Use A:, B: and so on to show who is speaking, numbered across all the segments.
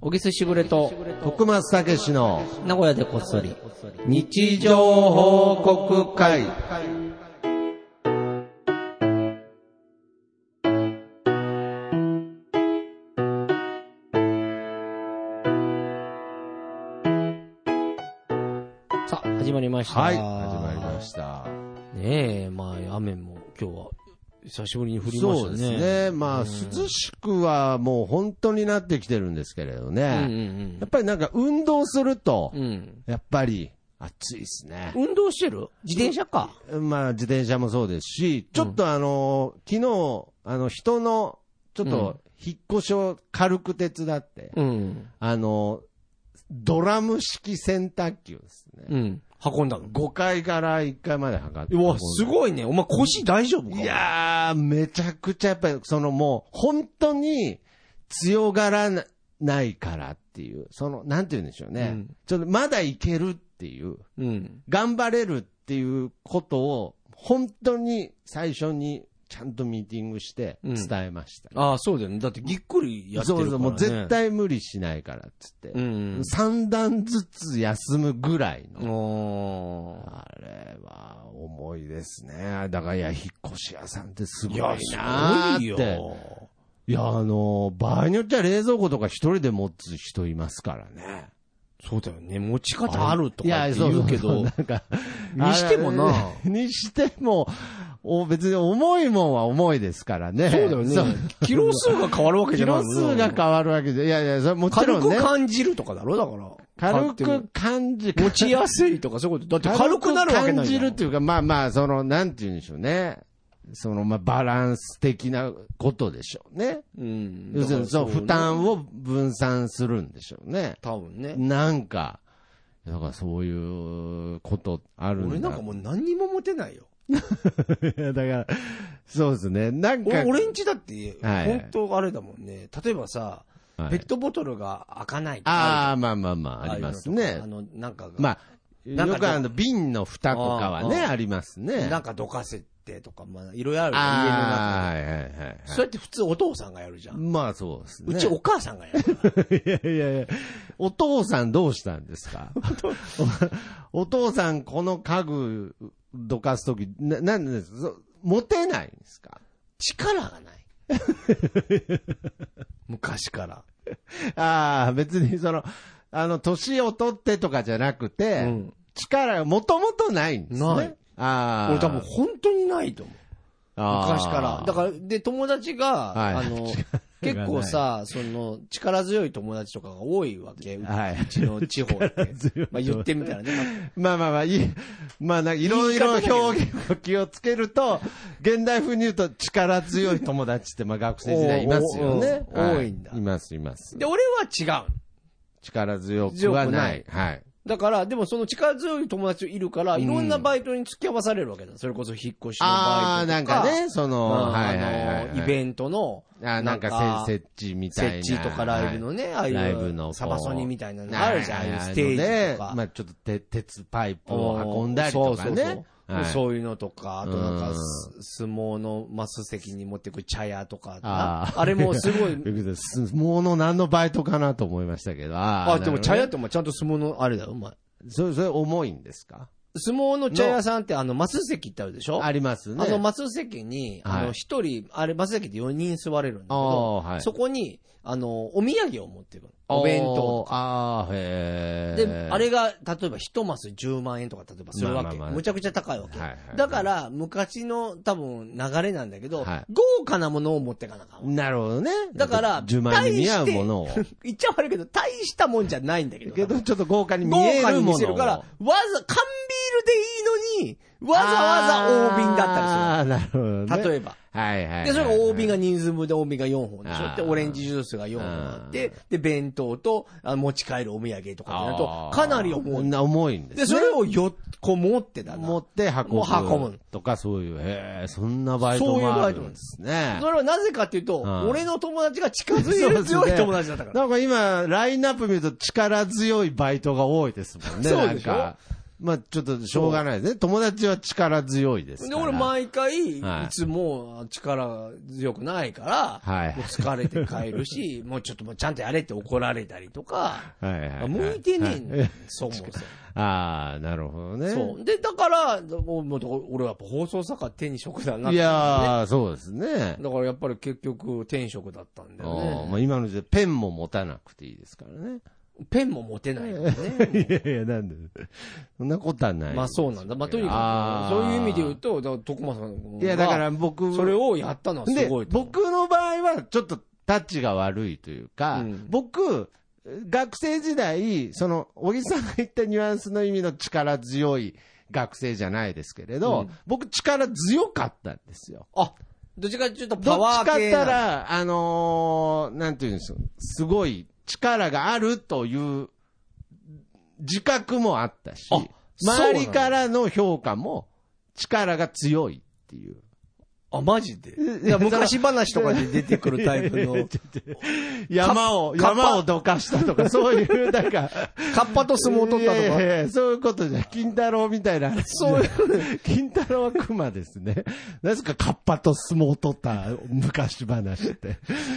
A: 小木瀬しぐれと、
B: 徳松たけしの
A: 名古屋でこっそり。
B: 日常報告会。
A: さあ、始まりました。
B: はい、始まりました。
A: ねえ、まあ、雨も今日は、久しぶりに降りました
B: そ
A: ね。
B: うですね。まあ、涼しくはもう本当になってきてるんですけれ
A: う
B: ど
A: んう
B: ね。
A: ん
B: やっぱりなんか運動すると
A: う、ん。うん。
B: やっぱり暑いですね。
A: 運動してる自転車か。
B: まあ、自転車もそうですし、ちょっとあの、昨日、あの、人の、ちょっと、引っ越しを軽く手伝って、
A: うん。
B: あの、ドラム式洗濯機をですね、
A: うん。運んだの。
B: 5階から1階まで測って。
A: うわ、すごいね。お前腰大丈夫か
B: いやー、めちゃくちゃやっぱり、そのもう、本当に強がらなないからっていう、その、なんて言うんでしょうね。
A: うん
B: ちょっとまだいけるっていう、
A: うん。
B: 頑張れるっていうことを、本当に最初にちゃんとミーティングして伝えました。
A: ああ、そうだよね。だってぎっくりやってるか
B: そ
A: ら、
B: う
A: ね。
B: そう、もう絶。対無理しないからっつって
A: う。ん。
B: 三段ずつ休むぐらいの。
A: お
B: あれは重いですね。だからいや、引っ越し屋さんってす
A: ー
B: ご
A: い
B: い
A: や
B: な、ー
A: す
B: っ
A: ごい
B: て。
A: よ。
B: いや、あの、場合によっちゃ冷蔵庫とか一人で持つ人いますからね。
A: そうだよね。持ち方あると
B: い
A: か
B: や、
A: って
B: そ
A: 言
B: そう
A: け
B: そ
A: ど
B: な。んか、
A: にしてもな
B: あれ。にしても、お別に重いもんは重いですからね。
A: そうだよ
B: そ
A: ね
B: う。
A: キロ数が変わるわけじ
B: キ
A: ゃないも
B: ロ
A: ん
B: 数が変わるわけで。いやいや、それもちろ
A: 軽
B: んね
A: く。感じるとかだろだから。
B: 軽く感じ、
A: 持ちやすいとかそういうこと。だって軽くなるわけない
B: 軽く感じ
A: じゃ
B: る
A: ん
B: っていうか、まあまあ、その、なんて言うんでしょうね。その、まあ、バランス的なことでしょうね。
A: うん。
B: 要するに、その負担を分散するんでしょうね。
A: 多分ね。
B: なんか、だからそういうことあるんだ。
A: 俺なんかもう何にも持てないよ。
B: い やだから、そうですね。なんか、
A: 俺、俺んちだって、
B: はい
A: 本当あれだもんね。例えばさ、
B: はい
A: ペットボトルが開かないとか
B: ああ、まあまあまあ、ありますね
A: あ。の、なんかが、
B: まあ、
A: なんか
B: よくあの、瓶の蓋とかはね、
A: あー
B: ありますね。
A: なんかどかせてとか、まあ、いろいろあるよ家の中
B: ああ、はいはいはいはい
A: で。そうやって普通お父さんがやるじゃん。
B: まあそうですね。
A: うちお母さんがやるから。
B: いやいやいや、お父さんどうしたんですかお父さんこの家具どかすとき、な、なんでですそ持てないんですか
A: 力がない。 昔から。
B: ああ、別にその、あの、年を取ってとかじゃなくて、
A: うん
B: 力がもともとないんですね。
A: ない
B: ああ。
A: 俺多分本当にないと思う。
B: あー
A: 昔から。だから、で、友達が、
B: はい
A: あ の、
B: 力が
A: 結
B: ない
A: 構さ、その、力強い友達とかが多いわけ。う
B: はいう
A: ちの地方って
B: 強い。
A: まあ言ってみたら ね。
B: まあまあまあ、いい、まあなんかいろいろ
A: 言い方だけど
B: 表現を気をつけると、現代風に言うと力強い友達って、まあ学生時代いますよね。
A: おーおー
B: は
A: 多いんだ
B: います、います。
A: で、俺は違う。
B: 力強くはない
A: 強。
B: はい。
A: だから、でもその力強い友達いるから、いろんなバイトに付き合わされるわけだ。それこそ引っ越しの
B: あ
A: バイト
B: あ、なん
A: とか。
B: かね、そ
A: うん、
B: の、はいはいはい
A: あ
B: はい。
A: の、イベントの、
B: あーなんかせ、設置みたいな。
A: 設置とかライブのね、ああい
B: ライブ
A: う
B: のこう
A: サバソニみたいなのがあるじゃん、ああ
B: は
A: いう
B: は
A: ステージと
B: あの
A: か
B: ね。まあちょっとて鉄パイプを運んだりと
A: そ
B: か
A: うそう
B: ね。
A: そう
B: はい
A: そういうのとか、あとなん
B: う
A: か
B: ん
A: す、相撲のマス席に持ってく茶屋とか、
B: あ
A: あ
B: ー
A: れもす ごい、
B: ということですもの何のバイトかなと思いましたけど。あ
A: あ、
B: あ
A: でも茶屋っ
B: なる
A: てお前ちゃんと相撲のあれだよ、お前。
B: ほどねそれ、それ重いんですか
A: 相撲の茶屋さんってあの、マス席ってあるでしょ
B: ありますね。
A: あの、マス席に、
B: は
A: あ
B: い
A: の、一人、あれ、マス席って4人座れるんだけ
B: あ
A: ど、
B: あ、はい。
A: そこに、あの、お土産を持ってくる。お弁当。
B: あーあー、へえ。
A: で、あれが、例えば一マス10万円とか、例えばするわけ。
B: まあまあまあ
A: むちゃくちゃ高いわけ。
B: はいはい
A: だから、昔の多分流れなんだけど、
B: はい
A: 豪華なものを持ってかなあかんわ
B: なるほどね。
A: だから、
B: 10万円に見合うものを
A: 大。して言っちゃ悪いけど、大したもんじゃないんだけど。
B: けど、ちょっと豪華に見
A: 豪
B: え
A: 華
B: る
A: に
B: も
A: 見
B: の
A: せるから、わざ、缶ビールでいいのに、わざわざ大瓶だった
B: りする。あーなるほど、
A: りする。
B: ね。
A: 例
B: え
A: えば。
B: ば。はいはいはい。
A: で、それが大瓶が人数分で大瓶が4本でし
B: あ
A: ょ。
B: ー
A: で、オレンジジュースが4本あって、で、弁当とあ持ち帰るお土産とかってなると
B: あ、ー
A: かなり重い。
B: な重いんです、ね。
A: で、それを4個持ってたな。
B: 持って運ぶ。
A: もう運ぶ
B: とかそういう、へえ、そんなバイトもあるんですね
A: そ。れはなぜかっていうと、
B: ん
A: 俺の友達が近づいる強い友達だったから。
B: なんか今、ラインナップ見ると力強いバイトが多いですもんね。
A: そうでし
B: な
A: ょ
B: んかまあちょっとしょうがないですね。友達は力強いです
A: で、
B: から。
A: 俺毎回、い
B: はい
A: つも力強くないから、
B: はい
A: もう疲れて帰る し、もうちょっともうちゃんとやれって怒られたりとか、
B: はいはいはい、
A: 向いてねえんだよ
B: はい
A: そもそも。
B: ああ、なるほどね。
A: そう。で、だから、もうもう俺はやっぱ放送作家天職だなって
B: いやー、そうですね。
A: だからやっぱり結局、天職だったんだ
B: あ
A: よ
B: ーまあ、
A: ね。
B: 今の時代、ペンも持たなくていいですからね。
A: ペンも持てないからね。
B: いやいや、なんで。そんなことはない。
A: まあそうなんだ。まあとにか
B: あ
A: く、
B: ー
A: そういう意味で言うと、だから徳間さん
B: いや、だから僕、
A: それをやったのはす
B: で
A: ごい、と思う。
B: 僕の場合は、ちょっとタッチが悪いというか、
A: うん
B: 僕、学生時代、その、小木さんが言ったニュアンスの意味の力強い学生じゃないですけれど、
A: うん
B: 僕、力強かったんですよ。
A: あ、どっちかちょっと
B: ど
A: パ
B: っ
A: ワ
B: ちか
A: ー
B: って
A: 系
B: 言った
A: な。
B: ら、あのーなんていうんですか、すごい力があるという自覚もあったし
A: あ、
B: 周りからの評価も力が強いっていう。
A: あ、マジでいや昔話とかで出てくるタイプの、
B: 山を、
A: カッパ
B: 山をどかしたとか、そういう、なんか、
A: カッパと相撲を取った
B: い
A: と
B: やい
A: か。
B: やいやそういうことじゃ、金太郎みたいな話じゃ
A: そう
B: 金太郎は熊ですね。なぜかカッパと相撲を取った昔話って。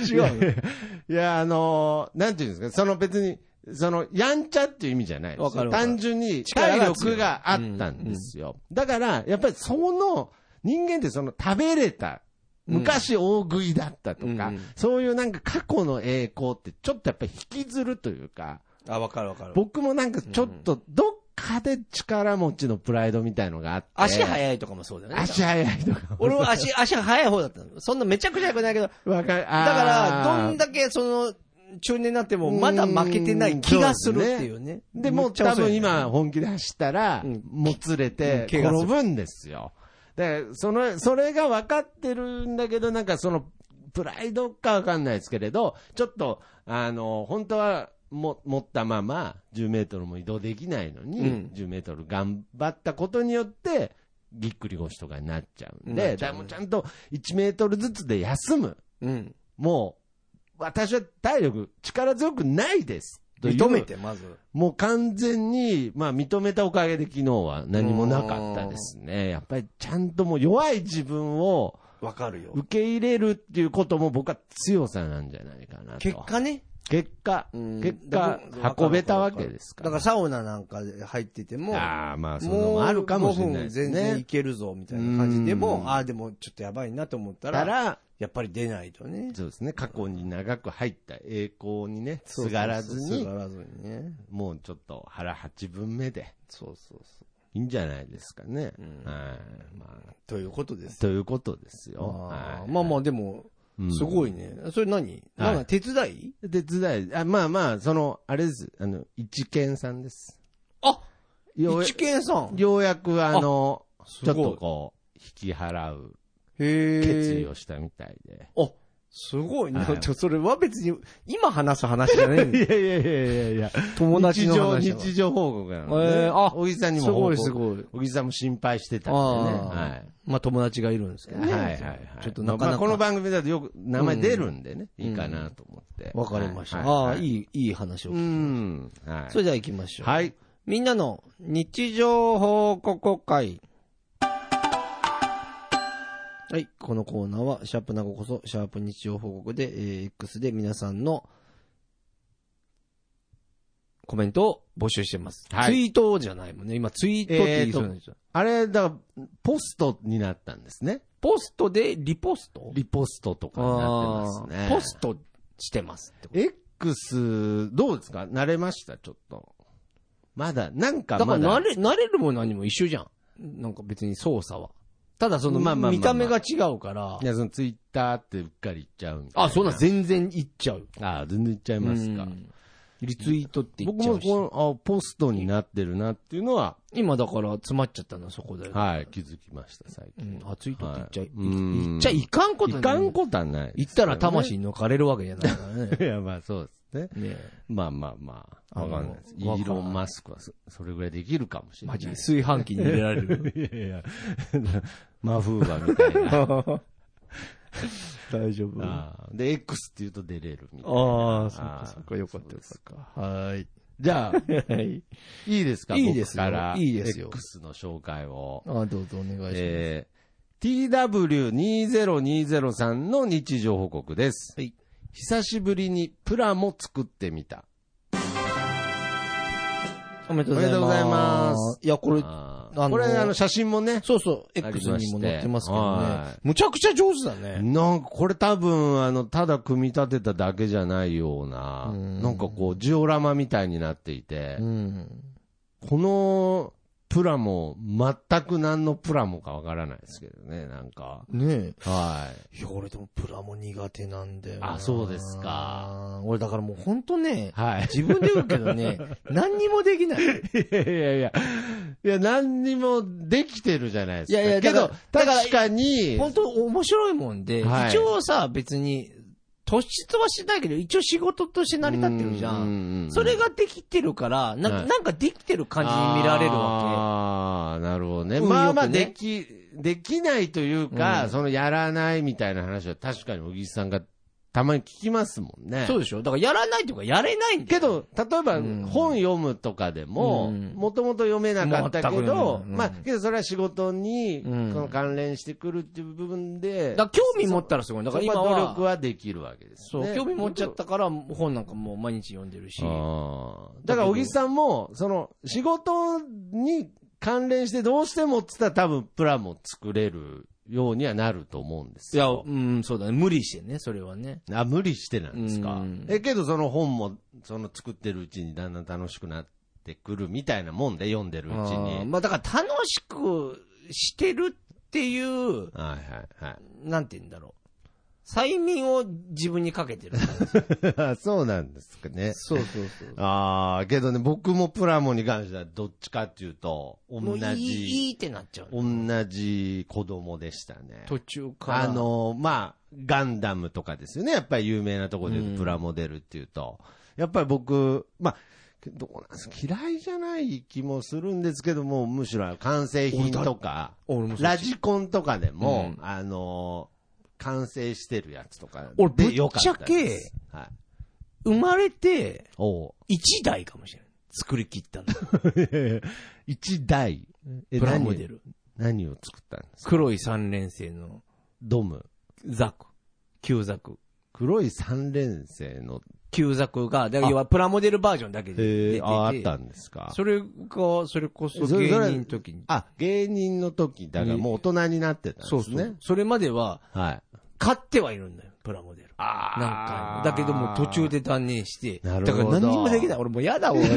A: 違うの
B: いやいやいや、あのーなんていうんですか、その別に、その、やんちゃっていう意味じゃないで
A: わ
B: す
A: かる
B: よ。
A: わかる
B: 単純に
A: 力
B: 体
A: が強い
B: 力があったんですよ。だから、やっぱりその、人間ってその食べれた、昔大食いだったとか、
A: うん
B: そういうなんか過去の栄光ってちょっとやっぱり引きずるというか、
A: あ、わかるわかる。
B: 僕もなんかちょっとどっかで力持ちのプライドみたいのがあって。
A: 足
B: い。
A: 速いとかもそうだよね。
B: 足早いとか。
A: 俺は足、足速い方だったの。そんなめちゃくちゃ良くないけど、
B: わかる。だ
A: だから、どんだけその、中年になっても、まだ負けてない気がするっていうね。
B: で、も
A: めっ
B: う
A: ちゃ
B: 多
A: 遅い
B: 分
A: ね
B: 今、本気で走ったら
A: うん、
B: もつれ
A: う
B: て、
A: ん怪我す
B: 転
A: る
B: ぶんですよ。だから、その、それが分かってるんだけど、なんかその、プライドか分かんないですけれど、ちょっと、あの、本当は、も、持ったまま、10メートルも移動できないのに、
A: うん
B: 10メートル頑張ったことによって、ぎっくり腰とかになっちゃうん
A: なっ
B: で、
A: ちゃう
B: だ
A: ね
B: もちゃんと1メートルずつで休む。
A: うん。
B: もう、私は体力、力強くないです。という
A: 認めて、まず。
B: もう完全に、まあ認めたおかげで昨日は何もなかったですね。やっぱりちゃんともう弱い自分を
A: わかるよ。
B: 受け入れるっていうことも僕は強さなんじゃないかなと。
A: 結果ね。
B: 結果、
A: うん
B: 結
A: だ
B: 果
A: から、
B: 運べたわけですか
A: だから
B: ら。
A: サウナなんかで入ってても、
B: ああ、まあそのもあるかもしれないです
A: もう5分全然い
B: ね。
A: けるぞ、みたいな感じで
B: う
A: も、
B: ん
A: ああ、でもちょっとやばいなと思ったら、
B: たら、
A: やっぱり出ないとね。
B: そうですね、過去に長く入った栄光にね、すがらず
A: す
B: に
A: が、らずにね。
B: もうちょっと腹八分目で、
A: そうそうそ
B: いいんじゃないですか
A: ん
B: ね。はい。まあ
A: う。ということです。
B: ということですよ。
A: あ
B: は
A: ー
B: い
A: まあまあ、でも、すごいね。それ何なんか手伝い
B: 手伝い、あまあまあ、その、あれです、あの、一見さんです。
A: あ
B: よう
A: 一見さん。
B: ようやく、あの、
A: す
B: ちょっと
A: ご
B: こう、引き払う
A: い。へえ。
B: 決意をしたみたいで。
A: あ、すごいね。
B: はい
A: ちょそれは別に、今話す話じゃないん
B: い
A: だよ
B: やいやいやいやいや、
A: 友達
B: 日
A: の
B: 常、
A: 話だから
B: 日常報告なので、
A: えーあ
B: 小木さんにも
A: すごい
B: 報
A: す
B: 告
A: ごい。
B: 小木さんも心配してたんでね。は
A: あ
B: い。
A: あ。まあ友達がいるんですけど
B: はい
A: ね。
B: はいはい。
A: ちょっとなか
B: まあま
A: な
B: あ
A: か。
B: この
A: わ
B: 番組だとよく名前出るんでね、いいかなと思って。
A: かりました。
B: はい
A: ああ、
B: はい。
A: いい、いい話を
B: う
A: 聞い
B: ん。は
A: た。そ
B: い。
A: れでは行きましょう。
B: はい。
A: みんなの日常報告会。はい。このコーナーは、シャープなごこそ、シャープ日常報告で、えー X で皆さんのコメントを募集してます。
B: はい
A: ツイートじゃないもんね。今、ツイートって言いそうなんですよ。
B: あれ、だから、ポストになったんですね。
A: ポストでリポスト
B: リポストとかになってますね。
A: ポストしてますってこと
B: X、どうですか慣れましたちょっと。まだ、なんか
A: だか
B: ま
A: ら
B: だ。
A: 慣れ、慣れるも何も一緒じゃん。なんか別に操作は。ただその、
B: まあまあまあまあ
A: 見た目が違うから
B: い。や、そのツイッターってうっかり言っちゃうみたいな。
A: あ、そんなん全然いっちゃう。
B: ああ、全然言っちゃいますか
A: う。んリツイートって言っ
B: 僕
A: ちゃ
B: も
A: うし。
B: この、あポストになってるなっていうのは、
A: 今だから詰まっちゃったのはそこだよ。
B: はい、気づきました、最
A: う
B: 近。
A: ん、あ、ツイートって言っちゃい、
B: はいうん
A: 言っちゃいかんこと
B: いかん
A: こ
B: ことはないですよね。
A: 言ったら魂抜かれるわけじゃないから ね。ね
B: いや、まあそうですね。
A: え
B: まあまあまあ、わかんないです。イ
A: わかんない
B: ーロン・マスクはそそれぐらいできるかもしれ な
A: マ
B: い。
A: ジで炊飯器に入れられ る。
B: いやいや、マフーバーみたい な。
A: 大丈夫
B: あーで、X って言うと出れるみたいな。
A: ああ、そっ
B: あ
A: か
B: ー
A: そっか、よかったよかった。はーい。
B: じゃあ、
A: はい。
B: いいですか
A: いいですよ
B: 僕から。
A: いいですよ
B: X の紹介を。
A: あ、どうぞお願いします。
B: えー、TW2020 さんの日常報告です。
A: はい
B: 久しぶりにプラも作ってみた。
A: おめでとうございます。
B: おめでとうございます
A: いや、これ、
B: あ
A: あ
B: ー
A: の
B: これ、あの、写真もね、
A: そうそう、
B: ありまして
A: X にも載ってますけど
B: は
A: ね。むちゃくちゃ上手だね。
B: なんかこれ多分、あの、ただ組み立てただけじゃないような、
A: うん
B: なんかこう、ジオラマみたいになっていて
A: う、ん。
B: このプラも、全く何のプラもかわからないですけどね、なんか。
A: ね
B: は
A: え。
B: い。
A: いや、俺でもプラも苦手なんだよな。
B: あそうですか。
A: 俺だからもうほんとね、
B: はい。
A: 自分で言うけど ね、何にもできない。
B: いやいやいや。いや、何にもできてるじゃないですか。
A: いやいや
B: け
A: だ
B: ど、
A: からだから
B: 確かに、
A: 本当面白いもんで、
B: はい
A: 一応さ、別に、突出はしてないけど、一応仕事として成り立ってるじゃ。
B: うんん
A: それができてるから、な
B: はい
A: なんかできてる感じに見られるわ
B: ああ、なるほどね。
A: 運
B: まあまあ、
A: よくね
B: でき、できないというか、
A: うん
B: そのやらないみたいな話は確かに小木さんがたまに聞きますもんね
A: け。。そうでしょだからやらないというか、やれないんだ
B: け
A: よ。
B: ど、例えば
A: うん
B: 本読むとかでも
A: うん、
B: もともと読めなかったけ
A: 全く読
B: ど、
A: めないうん
B: まあ、けどそれは仕事に、そ
A: うん
B: の関連してくるっていう部分で、
A: だから興味持ったらすごい。だ
B: そ
A: か
B: こ
A: ら今
B: は努力
A: は、
B: はできるわけです
A: そ
B: ね。
A: う、興味持っちゃったから、本なんかもう毎日読んでるし。
B: あーだから、小木さんも、その、仕事に関連してどうしてもっつったら多分、プラも作れるようにはなると思うんです
A: いや、
B: よ。
A: うん、そうだね。無理してね、それはね。
B: あ、無理してなんです
A: う
B: か
A: ん。
B: え、けどその本も、その作ってるうちにだんだん楽しくなってくるみたいなもんで、読んでるうち
A: あー
B: に。
A: まあだから楽しくしてるっていう、
B: はいは
A: なんて言うんだろう。催眠を自分にかけてる。
B: いはい。 そうなんですか ね。
A: そうそうそ
B: ああ、けどね、僕もプラモに関してはどっちかっていうと、
A: も
B: 同
A: ういい、い
B: じ、
A: いってなっちゃうの。
B: 同じ子供でしたね。
A: 途中から。
B: あ、の、まあ、ガンダムとかですよね。やっぱり有名なところで
A: うん
B: プラモデルっていうと。やっぱり僕、まあ、どうなんですか嫌いじゃない気もするんですけども、むしろ完成品とか、
A: 俺も
B: ラジコンとかでも、
A: う
B: あの、完成してるやつとか
A: 俺
B: でよかった
A: ぶっち
B: です。はい。
A: 生まれて
B: おう
A: 1台かもしれない。作り切ったの。
B: 一台。え
A: プラモデル。
B: 何を何を作ったんですか
A: 黒い三連星の
B: ドム。
A: ザク。旧ザク。
B: 黒い三連星の、
A: 旧ザクが、だから要はプラモデルバージョンだけで出て
B: え
A: て。
B: ああったんですか
A: それが、それこそ
B: そ
A: 芸
B: れそれ
A: 人の時に。
B: あ、芸人の時、だからもう大人になってたんですね。
A: そうですね。それまでは、
B: はい。
A: 買ってはいるんだよ、プラモデル。
B: あ
A: なんか、だけどもう途中。で断念して。
B: なるほど
A: だから何にもできない。俺もうやだ、俺。
B: いや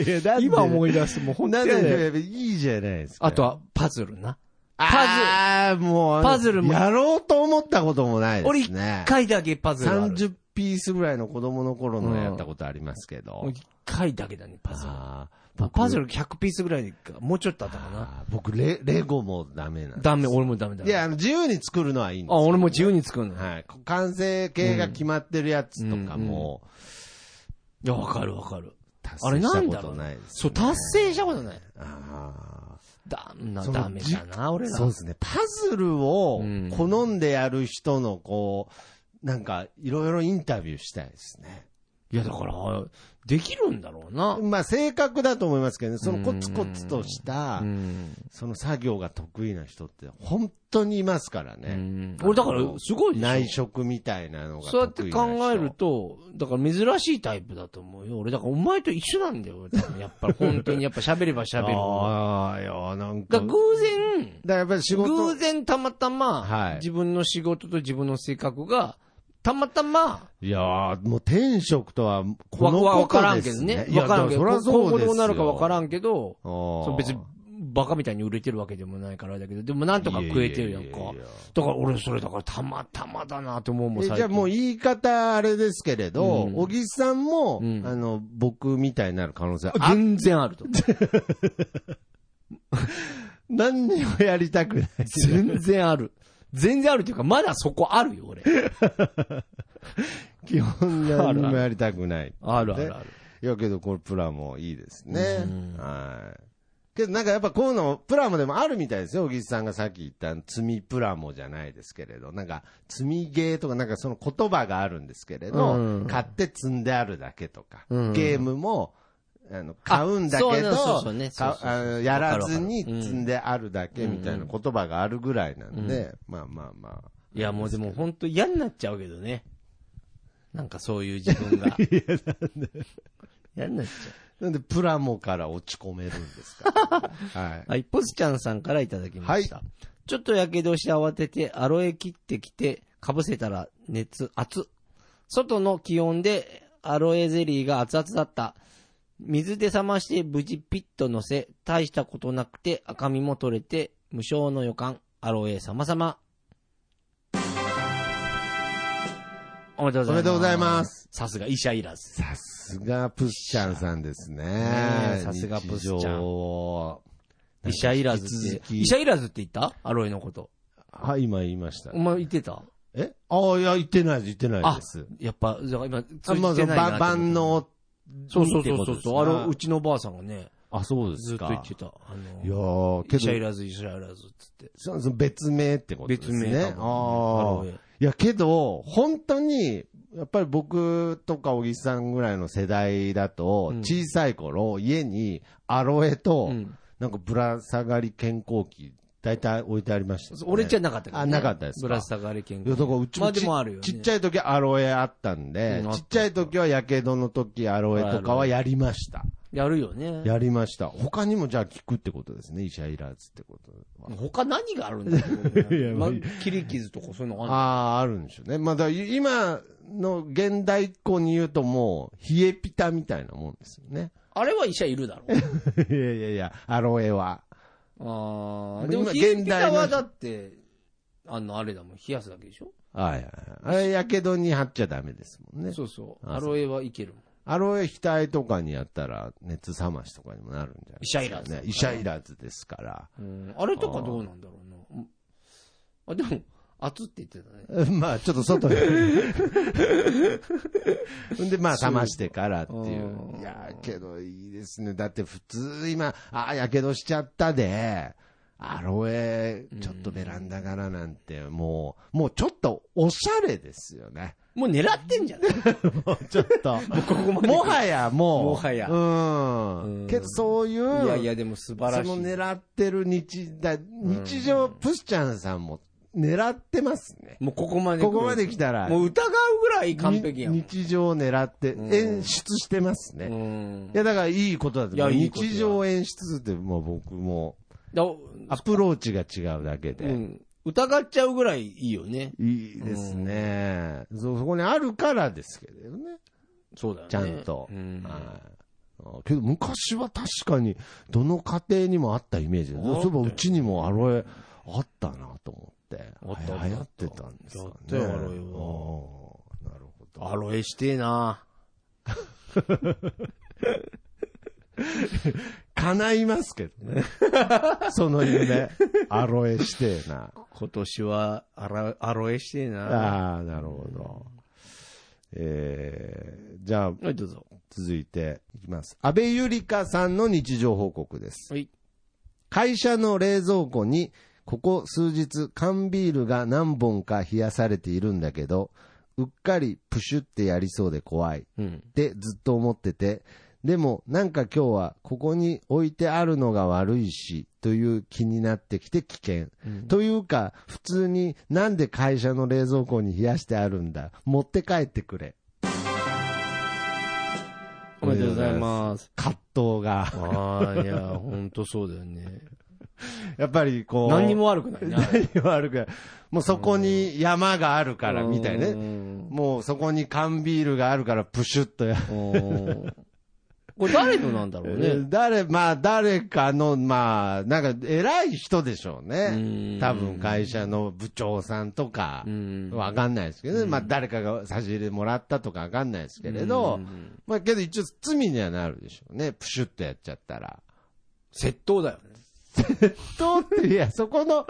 B: いや、だって
A: 今思い出すともう本当に
B: なんだよいいじゃないですか。
A: あとはパズルな。
B: あー、もう、
A: パズルも
B: やろうと思ったこともない
A: 俺
B: です
A: 一
B: ね。
A: 回だけパズルある。
B: 30ピースぐらいの子供の頃のやったことありますけど。
A: 俺一回だけだね、パズル。
B: あー
A: パパズル100ピースぐらいか、もうちょっとあったかな。
B: あー僕レ、レゴもダメなんで
A: ダメ、俺もダメだ。
B: いや、あの自由に作るのはいいんです
A: あ、俺も自由に作るの。い
B: はい。完成形が決まってるやつとかも、
A: や、わかるわかる。
B: 達
A: あれ
B: 成し
A: な
B: た
A: ん
B: こ
A: だろ
B: と
A: う
B: ない
A: ね
B: で。す。
A: そう、達成したことない。
B: ああ。
A: だ、な、
B: その
A: ダメだな、俺ら。
B: そうですね。パズルを
A: うん
B: 好んでやる人の、こう、なんか、いろいろインタビューしたいですね。
A: いや、だから、できるんだろうな。
B: まあ、性格だと思いますけどね、そのコツコツとした
A: う、ん。
B: その作業が得意な人って、本当にいますからね。
A: 俺、だから、すごいでしょ
B: 内職みたいなのが
A: そうやっ
B: 得
A: て
B: 意な人。
A: 考えると、だから珍しいタイプだと思うよ。俺、だからお前と一緒なんだよ。多分やっぱり本当に、やっぱ喋れば喋るほ
B: ああ、いや、なん
A: ど。だ
B: か。
A: から
B: だ
A: 偶
B: か
A: 然、
B: らやっぱり仕
A: 偶
B: 事。
A: 然たまたま、
B: はい
A: 自分の仕事と自分の性格が、たまたま、
B: いやー、もう転職とは、こ
A: わ
B: の
A: わ
B: こ
A: から
B: と
A: ん
B: で
A: けど
B: す
A: ね
B: ね。。
A: わからんけど、
B: いやだらそりゃ
A: 今
B: そ
A: 後
B: うです
A: ど
B: よ。
A: うなるかわからんけど、
B: あ
A: そ
B: ー。
A: う別に、バカみたいに売れてるわけでもないからだけど、でもなんとか食えてるやん
B: いや
A: か
B: いやいや。
A: だから俺、それだからたまたまだなと思うもん、
B: えじゃあもう言い方あれですけれど、
A: うん
B: 小木さんも、
A: うん
B: あの、僕みたいになる可能性あ、
A: 全然あると思う。
B: 何にもやり たくない。
A: 全然ある。全然あるというか、まだそこあるよ、俺。
B: 基本
A: あ
B: 何
A: る
B: に
A: あ
B: も
A: る
B: やりた くない。
A: あるあるある。
B: いやけどこれプラもいいですね
A: うん。
B: はい。けどなんかやっぱこういうの、プラモでもあるみたいですよ。小木さんがさっき言った積みプラモじゃないですけれど、なんか積みゲーとかなんかその言葉があるんですけれど、
A: うん
B: 買って積んであるだけとか、
A: うん
B: ゲームも、あの、買うんだけ
A: あそう
B: ど、
A: そうそうねそう
B: か
A: そうそう
B: あのやらずに
A: わかるわかる
B: 積んであるだけみたいな言葉があるぐらいなんで、まあまあまあ。
A: いや、もうでも本当嫌になっちゃうけどね。なんかそういう自分が。嫌になっちゃ
B: なんで、プラモから落ち込めるんです かは
A: う。はい、ポスちゃんさんからいただきました。ちょっとやけどして慌てて、アロエ切ってきて、かぶせたら熱、熱。外の気温でアロエゼリーが熱々だった。水で冷まして無事ピッと乗せ、大したことなくて赤みも取れて、無償の予感、アロエ様様。おめでとうございます。
B: おめでとうございます。
A: さすが医者いらず。
B: い。さすが、プッシャンさんです
A: ね
B: ね
A: え。さすがプッシャン
B: 日常を
A: 医者いらずっ
B: 引き続
A: て。
B: き
A: 医者いらずって言ったアロエのこと。
B: はい、今言いました
A: お。前言ってた
B: えああ、いや、言ってないです、言ってない
A: あ
B: です。、
A: やっぱ、だから今、
B: あ、
A: 通
B: ま
A: じ
B: ず、
A: てないな
B: ば万
A: と思って。
B: 能。
A: そうそう
B: って
A: そ
B: こ
A: うそ
B: と
A: う
B: です
A: そう。
B: ね
A: あの、うちのばあさんがね、
B: あ、そうです
A: ずっと
B: か。
A: 言ってた。あの、
B: いやー、け
A: 医者い
B: ど、
A: らず、医者いらずっつって。
B: そうそう別名ってことですね。
A: 別名
B: あ
A: 多分
B: あ
A: アロエ。
B: いや、けど、本当に、やっぱり僕とか小木さんぐらいの世代だと、
A: うん
B: 小さい頃、家にアロエと、
A: うん
B: なんかぶら下がり健康器、大体置いてありました、ね。
A: 俺じゃ
B: ゃ
A: なかったけどね
B: あなかったですか
A: ぶら下がり健
B: いや、
A: 康。
B: だからうち
A: まあ
B: ち
A: でもあるよね
B: ちっちゃい時アロエあったんで、
A: うんあった
B: ちっちゃい時はやけどの時アロエとかはやりました。
A: やるよね。
B: やりました。他にもじゃあ聞くってことですね。医者いらずってことは。
A: 他何があるんだ ろうまあ切り傷とかそういうのあ
B: ああ、あるんでしょうね。まあだから今の現代っ子に言うともう、冷えピタみたいなもんですよね。
A: るあれは医者 いるだろう。
B: いやいやいや、アロエは。
A: ああ、
B: 今
A: でも、
B: 現
A: 冷えピ
B: 代
A: タ
B: の
A: はだって、あの、あれだもん、冷やすだけでしょ
B: はいはいはい。あれ、やけどに貼っちゃダメですもんね。
A: そうそう。
B: あ
A: アロエはいけるもん。
B: アロエ額とかにやったら、熱冷ましとかにもなるんじゃないですか、
A: 医者いらず
B: ね。医者いらずですから。
A: うんあれとかどうなんだろうな。うんあ、でも、熱って言ってたね。
B: まあ、ちょっと 外に。んで、まあ、冷ましてからっていう
A: う。ん
B: いやー、けどいいですね。だって普通今、ああ、やけどしちゃったで、アロエ、ちょっとベランダからなんて、もう、もうちょっとおしゃれです よね。
A: もう狙ってんじゃない
B: もうちょっと。
A: ここまで来る
B: もはやもう。
A: もはや
B: う。
A: うんん
B: けど、そういう。
A: いやいや、でも素晴らしい。
B: その狙ってる日、だ日常、プスちゃんさんも狙ってますね。
A: もうここまで来る。
B: ここまで来たら、
A: もう疑うぐらい完璧やも
B: に
A: ん。
B: 日常を狙って、
A: ん
B: 演出してますね。
A: う
B: い
A: ん。
B: や、だからいいことだと思う。
A: いやいいことだ
B: 日常を演出って、もう僕も、
A: だ
B: アプローチが違うだけで。
A: うん疑っちゃうぐらいいいよね。
B: いいですね、そう。そこにあるからですけどね。
A: そうだよね。
B: ちゃんと。
A: うん
B: はいあけど昔は確かに、どの家庭にもあったイメージ
A: あ
B: で
A: っ
B: す
A: たよ
B: そういえばうちにもアロエあったなと思って。
A: あった
B: 流行ってたんですか
A: や
B: ね。
A: ったよアロエは
B: うんなるほど。
A: アロエしてえな
B: 叶いますけど ね。その夢。アロエしてえな。
A: 今年はアラ、アロエしてえな あ
B: ああ、なるほど。えー、じゃあ、
A: はい、どうぞ。
B: 続いていきます。安倍ゆりかさんの日常報告です。
A: はい。
B: 会社の冷蔵庫に、ここ数日缶ビールが何本か冷やされているんだけど、うっかりプシュってやりそうで怖いっ
A: うん。
B: てずっと思ってて、でもなんか今日はここに置いてあるのが悪いし、という気になってきて危険。というか、普通になんで会社の冷蔵庫に冷やしてあるんだ。持って帰ってくれ。
A: おめでとうございます。
B: 葛藤が。
A: ああ、いや、ほんとそうだよね。
B: やっぱりこう。
A: 何にも悪くないな。
B: 何も 悪くない。もうそこに山があるから、みたいね。
A: ね。
B: もうそこに缶ビールがあるから、プシュッとや
A: うんこれ誰のなんだろう
B: る。
A: ね。
B: 誰、まあ、誰かの、まあ、なんか、偉い人でしょう
A: う
B: ね
A: ん。
B: 多分、会社の部長さんとか
A: う、ん
B: わかんないですけどね。まあ、誰かが差し入れもらったとかわかんないですけれ
A: う
B: ど、
A: ん
B: まあ、けど一応罪にはなるでしょうね。プシュッとやっちゃったら。
A: 窃盗だよね。
B: とって、いや、そこの、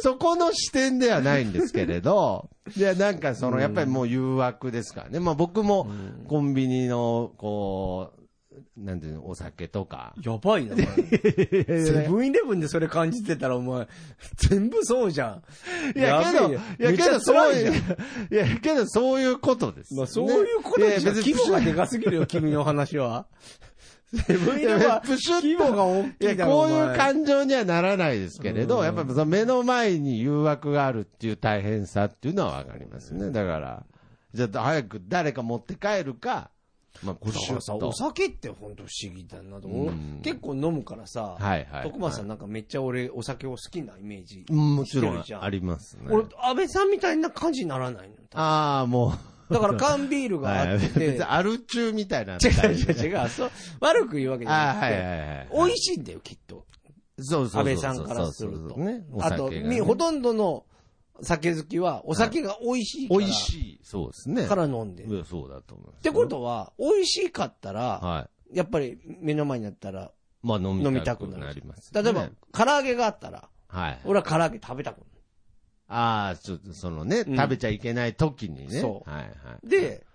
B: そこの視点ではないんですけれど、いや、なんかその、やっぱりもう誘惑ですからね。まあ僕も、コンビニの、こう、なんていうの、お酒とか。
A: やばいな、お 前セブンイレブンでそれ感じてたら、お前、全部そうじゃん。
B: いや、けど、
A: べ
B: い
A: えよ
B: や、
A: めっ
B: け
A: ちゃ
B: ど、そう
A: 辛
B: い、
A: いうじゃん。
B: いや、けど、そういうことです。
A: まあ、そういうこと
B: ねい
A: じゃ
B: や
A: ん。
B: 別
A: 規
B: に
A: 模がでかすぎるよ、君の話は。セブンイレブンは
B: プシュッと
A: 規模が大
B: い
A: きい
B: や、
A: だろ。
B: こう
A: お
B: いう
A: 前
B: 感情にはならないですけれ
A: う
B: ど、
A: ん
B: やっぱりその目の前に誘惑があるっていう大変さっていうのはわかりますね。だから、じゃあ早く誰か持って帰るか、まあ、
A: だ
B: プシ
A: か
B: ュ
A: らさ、
B: ッ
A: お
B: と。
A: 酒って本当不思議だなと思う
B: うん
A: 結構飲むからさ、
B: はいはい。
A: 徳松さんなんかめっちゃ俺、お酒を好きなイメージ。
B: うんもちろ
A: 知って
B: ん
A: るじゃん
B: ありますね。
A: 俺、安倍さんみたいな感じになら ないの。
B: ああ、も
A: だから缶ビール
B: う、
A: があ
B: は
A: っ
B: い
A: てて、
B: 別にアル中みたいな。
A: 違う違う違う、そう、悪く言うわけじゃな
B: ああ、
A: くて、
B: はいはいはい。
A: 美味しいんだよ、きっと。
B: そうそうそうそう。
A: 安倍さんからすると
B: そうそうそうね。お
A: あ
B: 酒
A: と、
B: が
A: み
B: ね
A: ほとんどの酒好きは、お酒が美味しいから、
B: 美味しい。そうですね。
A: から飲んでる。
B: うんそうだと思います。
A: ってことは、美味しかったら、
B: は
A: やっぱり目の前にあったら、
B: い。まあ飲み
A: 飲みた
B: た
A: く
B: く
A: なる
B: なります。
A: 例えば、唐揚げがあったら、
B: はい。
A: 俺は唐揚げ食べたくな
B: ああ、ちょっとそのね、
A: うん
B: 食べちゃいけない時にね。
A: そう
B: はいはい。
A: い。で、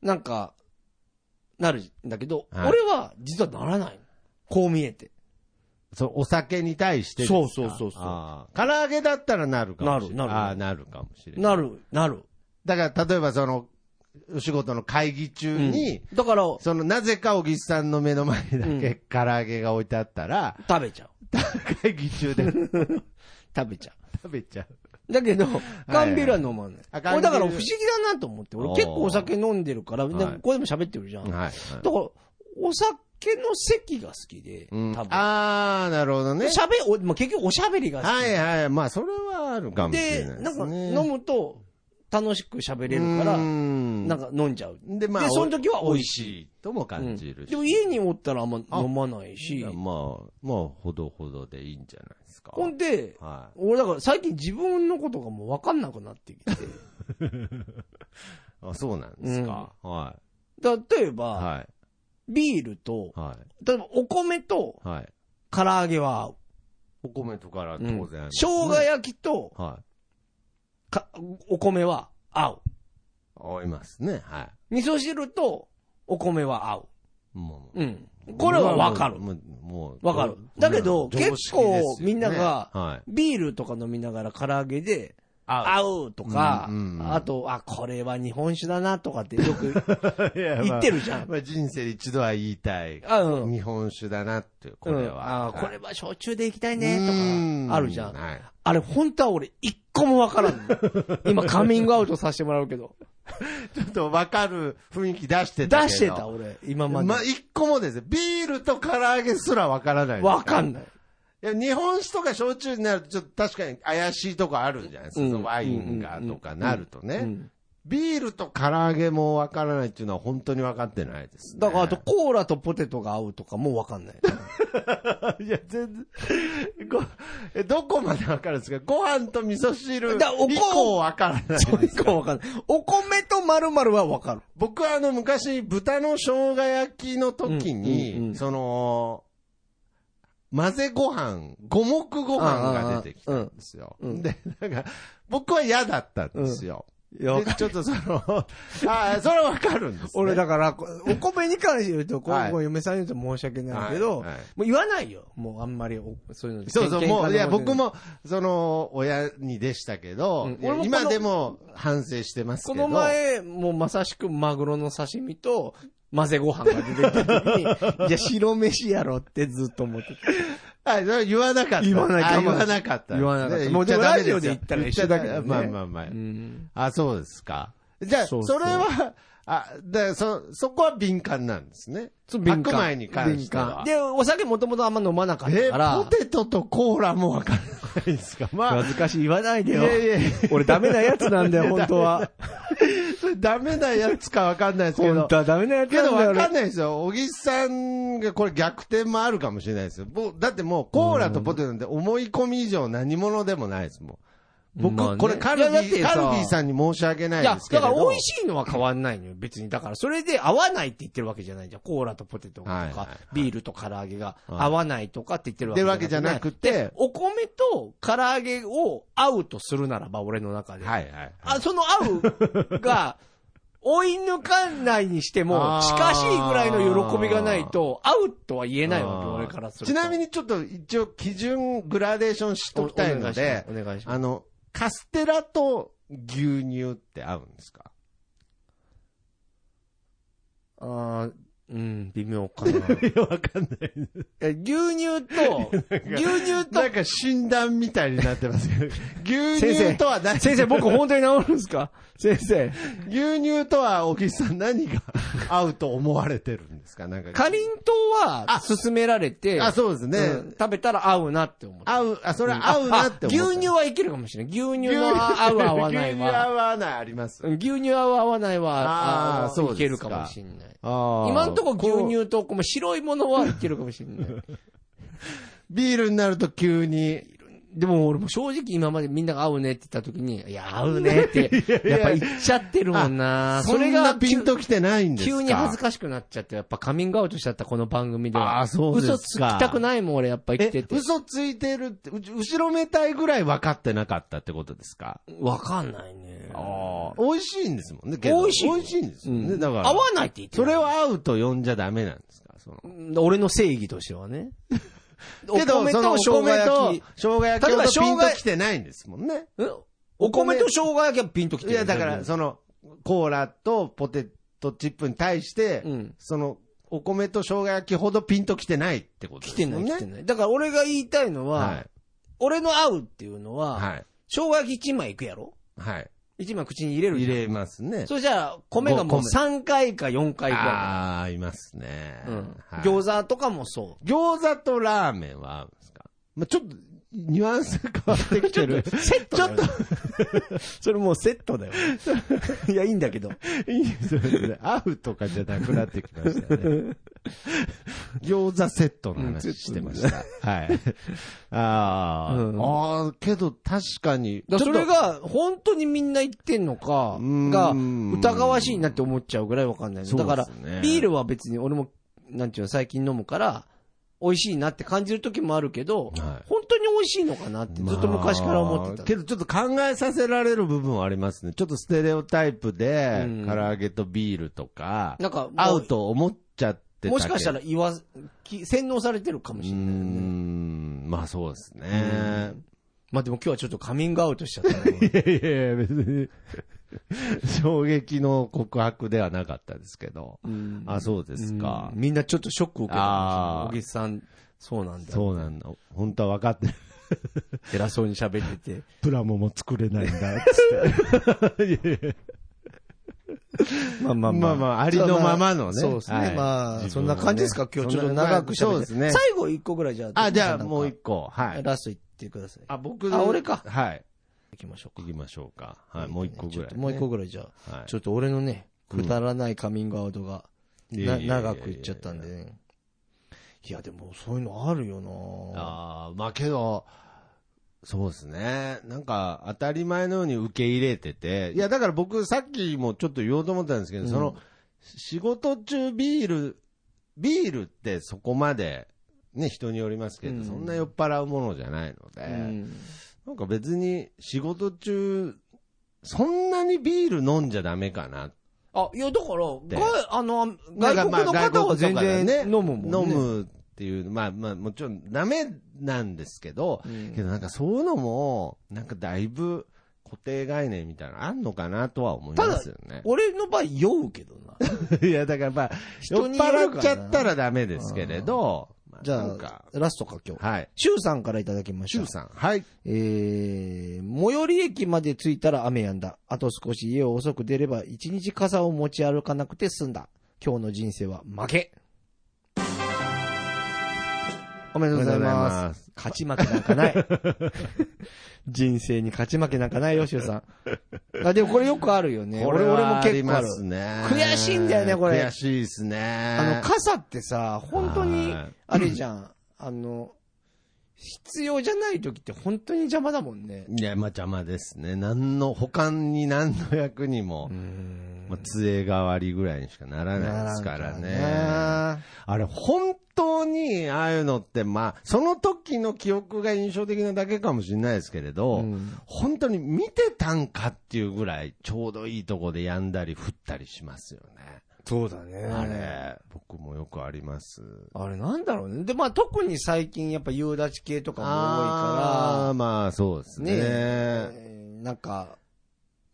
A: なんか、なるんだけど、
B: はい
A: 俺は実はならないの。こう見えて。
B: そのお酒に対してですか
A: そうそうそうそう
B: ああ唐揚げだったらなるかもしれ
A: なるな
B: ない。
A: る
B: ああ、なるかもしれない。
A: な。る、なる。
B: だから、例えばその、お仕事の会議中に、
A: だから、
B: その、なぜか小木さんの目の前にだ
A: うん
B: け唐揚げが置いてあった ら、
A: 食べちゃう。
B: 会議中 で食
A: 食べちゃ
B: べちゃう。
A: う。だけど、缶ビールは飲まない。
B: あ
A: これだから不思議だなと思って。俺
B: おー
A: 結構お酒飲んでるから、なんか
B: はい
A: ここでも喋ってるじゃん。だか
B: はいはい。
A: ら、お酒の席が好きで、多
B: うん
A: 分。
B: ああ、なるほどね。
A: 喋、おまあ、結局おしゃべりが好き。
B: はいはい。まあ、それはあるかもしれ
A: で、
B: な
A: な
B: いで
A: ん
B: す
A: か
B: ね。
A: 飲むと楽しく喋れ
B: う
A: るから、
B: ん
A: なんか飲んじゃう。
B: で、まあ、
A: でその時は
B: お
A: 美
B: 美
A: 味
B: 味
A: しい
B: しいとも感じるし。
A: でも家におったらあんま飲まないし、
B: まあ、まあ、ほどほどでいいんじゃないですか。
A: ほんで、
B: は
A: 俺だから最近自分のことがもう分かんなくなって きて、
B: い。あ、そうなんですか。は
A: 例えば、
B: い。はい。
A: ビールと、
B: は
A: 例えばお米と
B: い。はい。
A: 唐揚げは合う。
B: お米とから当
A: う
B: 然
A: ん
B: あります
A: 生姜焼きと
B: はい。
A: かお米は合
B: 合いますね。は
A: う。味噌汁とお米は合
B: い。も
A: う。うん。これは分かる。
B: もう、もう
A: わかる
B: これ
A: だけど
B: 常識
A: 結構
B: ですよね
A: みんなが
B: はい。
A: ビールとか飲みながら唐揚げで、
B: あ、
A: 合うとか、
B: うんうんうん
A: あと、あ、これは日本酒だなとかってよ く言
B: 言
A: ってるじゃ ん。
B: まあ、人生で一度は言いたい。
A: あうん
B: 日本酒だなっていう、これは。
A: うんあ、これ
B: は
A: は焼酎でいきたい
B: い
A: ねとか、あるじゃ。
B: うんはい。
A: あれ、本当は俺、一個もわからん の。今、カミングアウトさせてもらうけど。
B: ちょっと分かる雰囲気出して
A: 出
B: たけど。
A: してた、俺、今まで。
B: まあ、一個もですね、ビールと唐揚げすらわからないですら
A: わかんない。
B: いや、日本酒とか焼酎になると、ちょっと確かに怪しいとこあるじゃないです
A: う
B: か。
A: ん
B: そのワインがとかなるとね。
A: うん
B: ビールと唐揚げもわからないっていうのは本当に分かってないです、ね。
A: だから、あと、コーラとポテトが合うとかもわか んない。
B: ら、 いや、全然、ごえどこまで分かるんですかご飯と味噌汁、
A: だおこ
B: 以降分からない。
A: そう一個もわかんない。お米と〇〇はわかる。
B: 僕はあの、昔、豚の生姜焼きの時に、
A: うんうんうん
B: その、混ぜご飯、五目ご飯が出てきたんですよ。
A: うんうん
B: で、なんか、僕は嫌だったんですよ。
A: いやわか
B: で
A: ん
B: ちょっとその、 ああ、それはわかるんです、ね。
A: 俺、だから、こお米に関して言うと、こ、
B: はいう
A: こう嫁さんに言うと申し訳ないけど、
B: はいはい
A: もう言わないよ。もうあんまりお、そういうの。
B: そうそう、
A: 偏見
B: もう、いや、
A: かと思
B: 僕
A: って
B: も、その、親にでしたけど、
A: うん
B: い
A: 俺
B: や
A: もこの
B: 今でも反省してますけ
A: この
B: ど。
A: 前、もうまさしくマグロの刺身と混ぜご飯が出てきた時に、 いや、白飯やろってずっと思ってた。
B: はい、それは言わなかった。
A: 言わない
B: あ
A: 我慢
B: 言わなかった。
A: 言わなかった
B: ね
A: もうでも
B: 言っちゃダメすよ
A: ラジオで言ったら一緒だけどね
B: 言っちゃダメまあまあまあ。
A: うん。
B: あ、そうですか。じゃあ、
A: そそ
B: そう
A: う
B: れは、あ、で、そ、そこは敏感なんですね。白米に関しては。
A: で、お酒もともとあんま飲まなかっ
B: え
A: たか
B: ー、
A: ら、
B: ポテトとコーラもわからないですか。まあ、
A: 恥ずかしい言わないで
B: い
A: よ。
B: やいやいや
A: 俺ダメなやつなんだよ、本当 は。
B: それダメなやつかわかんないですけ
A: 本
B: ど
A: 当。はダメなやつ
B: けど
A: な
B: わ
A: んだ
B: か
A: よ
B: ん、ないですよ。小木さんがこれ逆転もあるかもしれないですよ。僕だってもうコーラとポテトなんて思い込み以上何者でもないですもん。僕、
A: まあね
B: これカルビ
A: いやだって
B: ー、
A: さ
B: カルビーさんに申し訳ないい
A: や
B: です、け
A: だ
B: れ
A: か
B: ど。
A: ら美味しいのは変わんないのよ、別に。だからそれで合わないって言ってるわけじゃないじゃん。コーラとポテトとか、
B: はいはいはい
A: ビールと唐揚げが
B: はい
A: 合わないとかって言ってる
B: ってわけじゃなくて、
A: お米と唐揚げを合うとするならば、俺の中で。
B: はいはい。
A: あ、その合うが、 追い抜かないにしても
B: あ、ー
A: 近しいぐらいの喜びがないと、合うとは言えないわけ、
B: あー
A: 俺からすると。
B: ちなみ
A: に、
B: にちょっと一応基準グラデーションしときたいので、
A: お願いします。
B: あの、カステラと 牛乳って合うんですか
A: あーうん、微妙かな。
B: いや、わかんない。
A: え牛乳 と、牛乳と、
B: なんか診断みたいになっ てますけど、牛
A: 先生
B: 乳とは何
A: 先生、僕本当に治るんです か先生。
B: 牛乳とは、小木さん何が合うと思われてるんですかなんか。
A: かりんとうは
B: あ
A: 勧められて、
B: あ、そうですね。
A: うん食べたら合うなって思った。
B: 合う、あ、それは合うなって思っ
A: あ
B: た
A: 牛乳はいけるかもしれない。牛乳は合う合わない
B: 牛乳合
A: は。
B: う合わないあります。
A: うん牛乳は合う合わないは、
B: あー
A: あの
B: そう
A: いけ
B: で
A: る
B: す
A: か
B: か
A: もしれない。今
B: 今
A: んとこ牛乳と、この白いものはいけるかもしれない。
B: ビールになると急に。
A: でも俺も正直今までみんなが合うねって言った時に、いや、合うね って、やっぱ言っちゃってるもんな。そ
B: そ
A: れ
B: れ
A: が
B: が
A: 急
B: ピンときてないんですか
A: 急に恥ずかしくなっちゃって、やっぱカミングアウトしちゃった、この番組では。
B: あーそうですか
A: 嘘つきたくないもん、俺やっぱ生きて
B: え、
A: て。
B: 嘘ついてるって、う後ろめたいぐらい分かってなかったってことですか
A: わかんないね。
B: ああ。美味しいんですもんね、けど
A: 美味しい
B: 美味しいんです
A: う
B: よね。
A: ん
B: だから。
A: 合わないって言って
B: そ
A: る
B: れを合うと呼んじゃダメなんですかその。
A: 俺の正義としてはね。
B: けど、そのお米と生姜
A: 例えば
B: 焼きほどピ
A: 生
B: ン
A: 姜
B: ときてないんですもんね。
A: き。んお米と生姜焼きはピンときて
B: い
A: る。
B: や、だから、その、コーラとポテトチップに対して、
A: うん
B: その、お米と生姜焼きほどピンときてないってことで
A: 来
B: す
A: てな
B: も
A: んい、
B: ね。
A: 来てない。だから俺が言いたいのは、
B: はい。
A: 俺の合うっていうのは、
B: はい。
A: 生姜焼き1枚いくやろ
B: はい。
A: ?1 枚口に入れる
B: 入
A: じゃん。
B: れますね。
A: それじゃあ、米がもう
B: ご米
A: 3回か4回ぐらいだ。
B: ああ、いますね。
A: うん
B: はい餃
A: 餃子とかもそう。
B: 子とラーメンは合うんですかまあ、ちょっと、ニュアンス変わってきて る。
A: セットだよ。 それもうセットだよ。 いや、いいんだけど。
B: いいですよね。合うとかじゃなくなってきましたね。餃子セットの話してました。はい。あー、
A: うん
B: あー、けど確かに。
A: だからそれ
B: ちょっ
A: が、本当にみんな言ってんのか
B: う、ん
A: が、疑わしいなって思っちゃうぐらいわかんないの。
B: そう
A: だ
B: ですね
A: から、ビールは別に俺も、なんていうの、最近飲むから、美味しいなって感じる時もあるけど、
B: はい
A: 本当に美味しいのかなって、ずっと昔から思って
B: まあ
A: た。
B: けどちょっと考えさせられる部分はありますね。ちょっとステレオタイプで
A: うん、
B: 唐揚げとビールとか、
A: なんか、
B: 合うと思っちゃってたけど
A: もしかしたら言わ、き洗脳されてるかも
B: う
A: し
B: ー
A: れないよね。
B: ん、まあそうですね。
A: まあでも今日はちょっとカミングアウトしちゃったな。
B: いやいやいや、別に、衝撃の告白ではなかったですけど。
A: うん
B: あ、 そうですか
A: う。んみんなちょっとショックを受けた
B: あ
A: 小
B: ー
A: 木さん、そうなんだ。
B: そうなんだ。本当は分 かってる。
A: 偉そうに喋ってて。
B: プラモも作れないんだ。
A: まあま
B: まあまあありのままのね
A: そうです
B: は
A: ね。
B: い
A: まあ、
B: 自
A: そ
B: 分
A: ん
B: の
A: な
B: ね
A: 感じですか今日ちょっと長く
B: そ
A: 喋
B: う
A: っ
B: で
A: て。
B: すね
A: 最後一個ぐらいじゃあ。
B: あ、じゃあもう
A: 一
B: 一個。はい。
A: ラスト言ってください。
B: あ、僕
A: あ俺か
B: はい。
A: 行きましょう
B: 行
A: か。
B: きましょうか。はい。もう一個ぐ
A: ちょっ
B: らい
A: と
B: ね。
A: もう一個ぐらいじゃ
B: は
A: あ。
B: い
A: ちょっと俺のね、くだらないカミングアウトが、
B: い
A: な
B: や
A: い
B: やいやいや
A: 長くいっちゃったんでね。いや、でもそういうのあるよな
B: ああ、まあけど、そうですね。なんか、当たり前のように受け入れてて。いや、だから僕、さっきもちょっと言おうと思ったんですけど、
A: うん
B: その、仕事中ビール、ビールってそこまで、ね、人によりますけど、
A: うん
B: そんな酔っ払うものじゃないので、
A: うん
B: なんか別に仕事中、そんなにビール飲んじゃダメかな。
A: あ、いや、だから、
B: で
A: 外あの、
B: なんか
A: 外国の
B: まあ
A: 方は全
B: 外国とかで
A: 然
B: ね
A: 飲むもんね。
B: 飲。むっていう、まあまあもちろんダメなんですけど、
A: うん
B: けどなんかそういうのも、なんかだいぶ固定概念みたいなのあんのかなとは思いますよね。
A: 俺の場合酔うけどな。
B: いや、だからまあ、酔っ
A: 人によるかな
B: 払っちゃったらダメですけれど、ま
A: じゃ
B: なん
A: あ
B: か、
A: ラストか今日。
B: はい。
A: シュウさんからいただきました。
B: 周さん。はい。
A: えー、最寄り駅まで着いたら雨やんだ。あと少し家を遅く出れば一日傘を持ち歩かなくて済んだ。今日の人生は負け。おめでとうございます。
B: す。
A: 勝ち負けなんか ない。人生に勝ち負けなんかないよ、シュウ さん。あでもこれよくあるよね。
B: これ
A: 俺俺も
B: はあり
A: 結構あ
B: ま
A: る。
B: すね。
A: 悔しいんだよねこれ
B: 悔しいですね。
A: あの、傘ってさ、本当に
B: はい、
A: あれじゃん。あの、必要じゃない時って本当に邪魔だもんね。
B: いや、まあ邪魔ですね。何の、他に何の役にも、まあ杖代わりぐらいにしかならないですからね。
A: ならんからね。
B: あれ、本当に、ああいうのって、まあ、その時の記憶が印象的なだけかもしれないですけれど、
A: うん
B: 本当に見てたんかっていうぐらい、ちょうどいいとこでやんだり降ったりしますよね。
A: そうだね。
B: あ。れ、僕もよくあります。
A: あれなんだろうね。で、まあ特に最近やっぱ夕立ち系とかも多い
B: あ
A: か
B: ーまあ、そうです
A: ら、ね
B: ね。
A: えーなんか、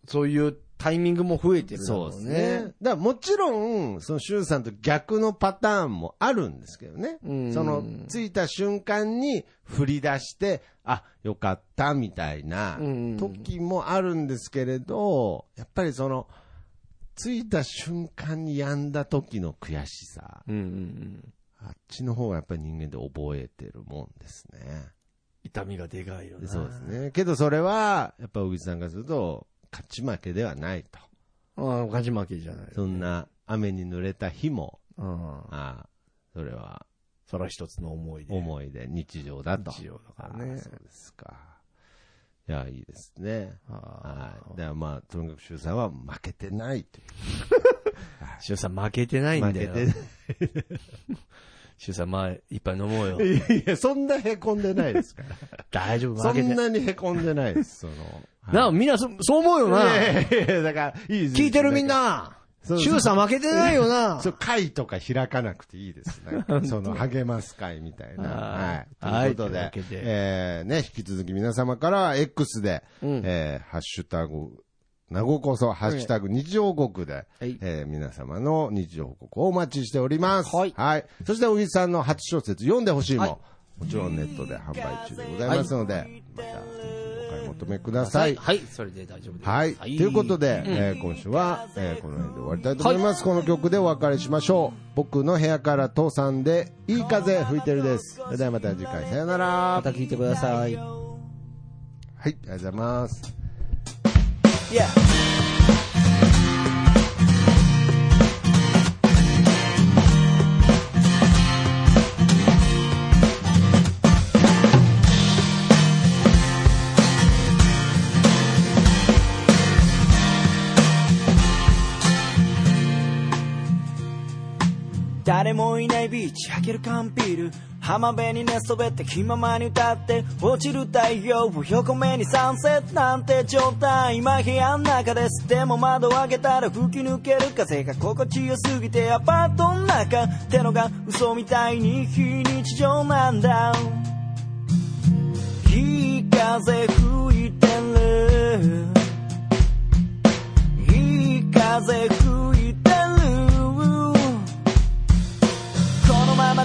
A: そういうタイミングも増えてるだろ
B: そうう
A: ね。
B: ですね。だからもちろん、その周さんと逆のパターンもあるんですけどね。
A: うん
B: その、着いた瞬間に振り出して、あ、よかった、みたいな
A: うん
B: 時もあるんですけれど、やっぱりその、着いた瞬間にやんだ時の悔しさ、
A: うんうんうん。
B: あっちの方がやっぱり人間で覚えてるもんですね。
A: 痛みがでかいよ
B: で
A: な。
B: そうです。ね。けどそれは、やっぱ小口さんからすると、勝ち負けではないと。
A: ああ、勝ち負けじゃない。
B: そんな雨に濡れた日も、
A: うん。
B: ああ、それは
A: それは一つの思いで。
B: 思い出、日常だと。
A: 日常だからね
B: ああそうですか。いや、いいですね。
A: あ
B: はい。だからまあ、とにかく周さんは負けてないとい
A: あ。しゅうさん負けてな
B: う。
A: い
B: 負
A: んだ
B: け
A: よ。
B: てな
A: しゅうさん、まあ、いっぱい飲もうよ。
B: い。いや、そんな凹んでないですから。
A: 大丈夫、
B: そ
A: 負けて
B: ん
A: ない。
B: なに凹んでないです、その。
A: なあ、
B: はい
A: みんなそ、そう思うよな。
B: いやいやいやだから、いいです
A: 聞いてるみん。な。
B: そう
A: しゅうさん負けてないよな
B: そ。う、会とか開かなくていいですね。 その、励ます会みたいな。
A: はい
B: はい。ということで、
A: はいというわけで
B: えーね、引き続き皆様からは X で、
A: うん
B: えーハッシュタグ、名護こそ、ハッシュタグ日常報告で、
A: い
B: えー皆様の日常報告をお待ちしております。
A: はい
B: そして、小木さんの初小説、読んでほしいも、
A: はい
B: もちろんネットで販売中でございますので、また、お買い求めください。
A: はい、それで大丈夫です。
B: はい。ということで、えー今週は、えーこの辺で終わりたいと思います。この曲でお別れしましょう。僕の部屋から父さんで、いい風吹いてるです。それではまた次回、さよなら。
A: ま
B: は
A: た
B: い、あり
A: 聞いてください。
B: がとうございます。
C: 誰もいないビーチ開ける缶ビール浜辺に寝そべって気ままに歌って落ちる太陽を横目にサンセットなんて状態今部屋の中ですでも窓を開けたら吹き抜ける風が心地よすぎてアパートの中ってのが嘘みたいに非日常なんだいい風吹いてるいい風吹いてるこのまま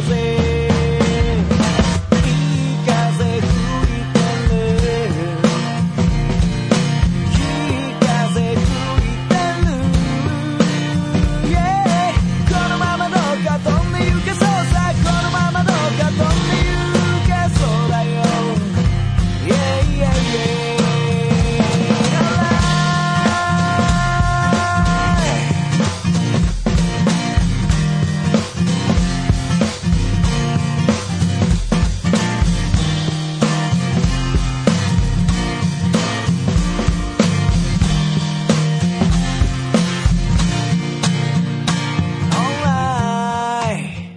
C: うぜいい風吹いてるいい風吹いてる Yeah このままどうか飛んで行けそうさこのままどうか飛んで行けそうだよ Yeah yeah yeah Alright オンライン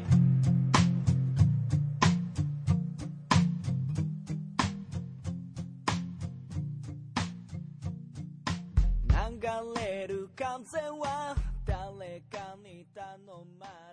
C: 流れる風は誰かに頼まれ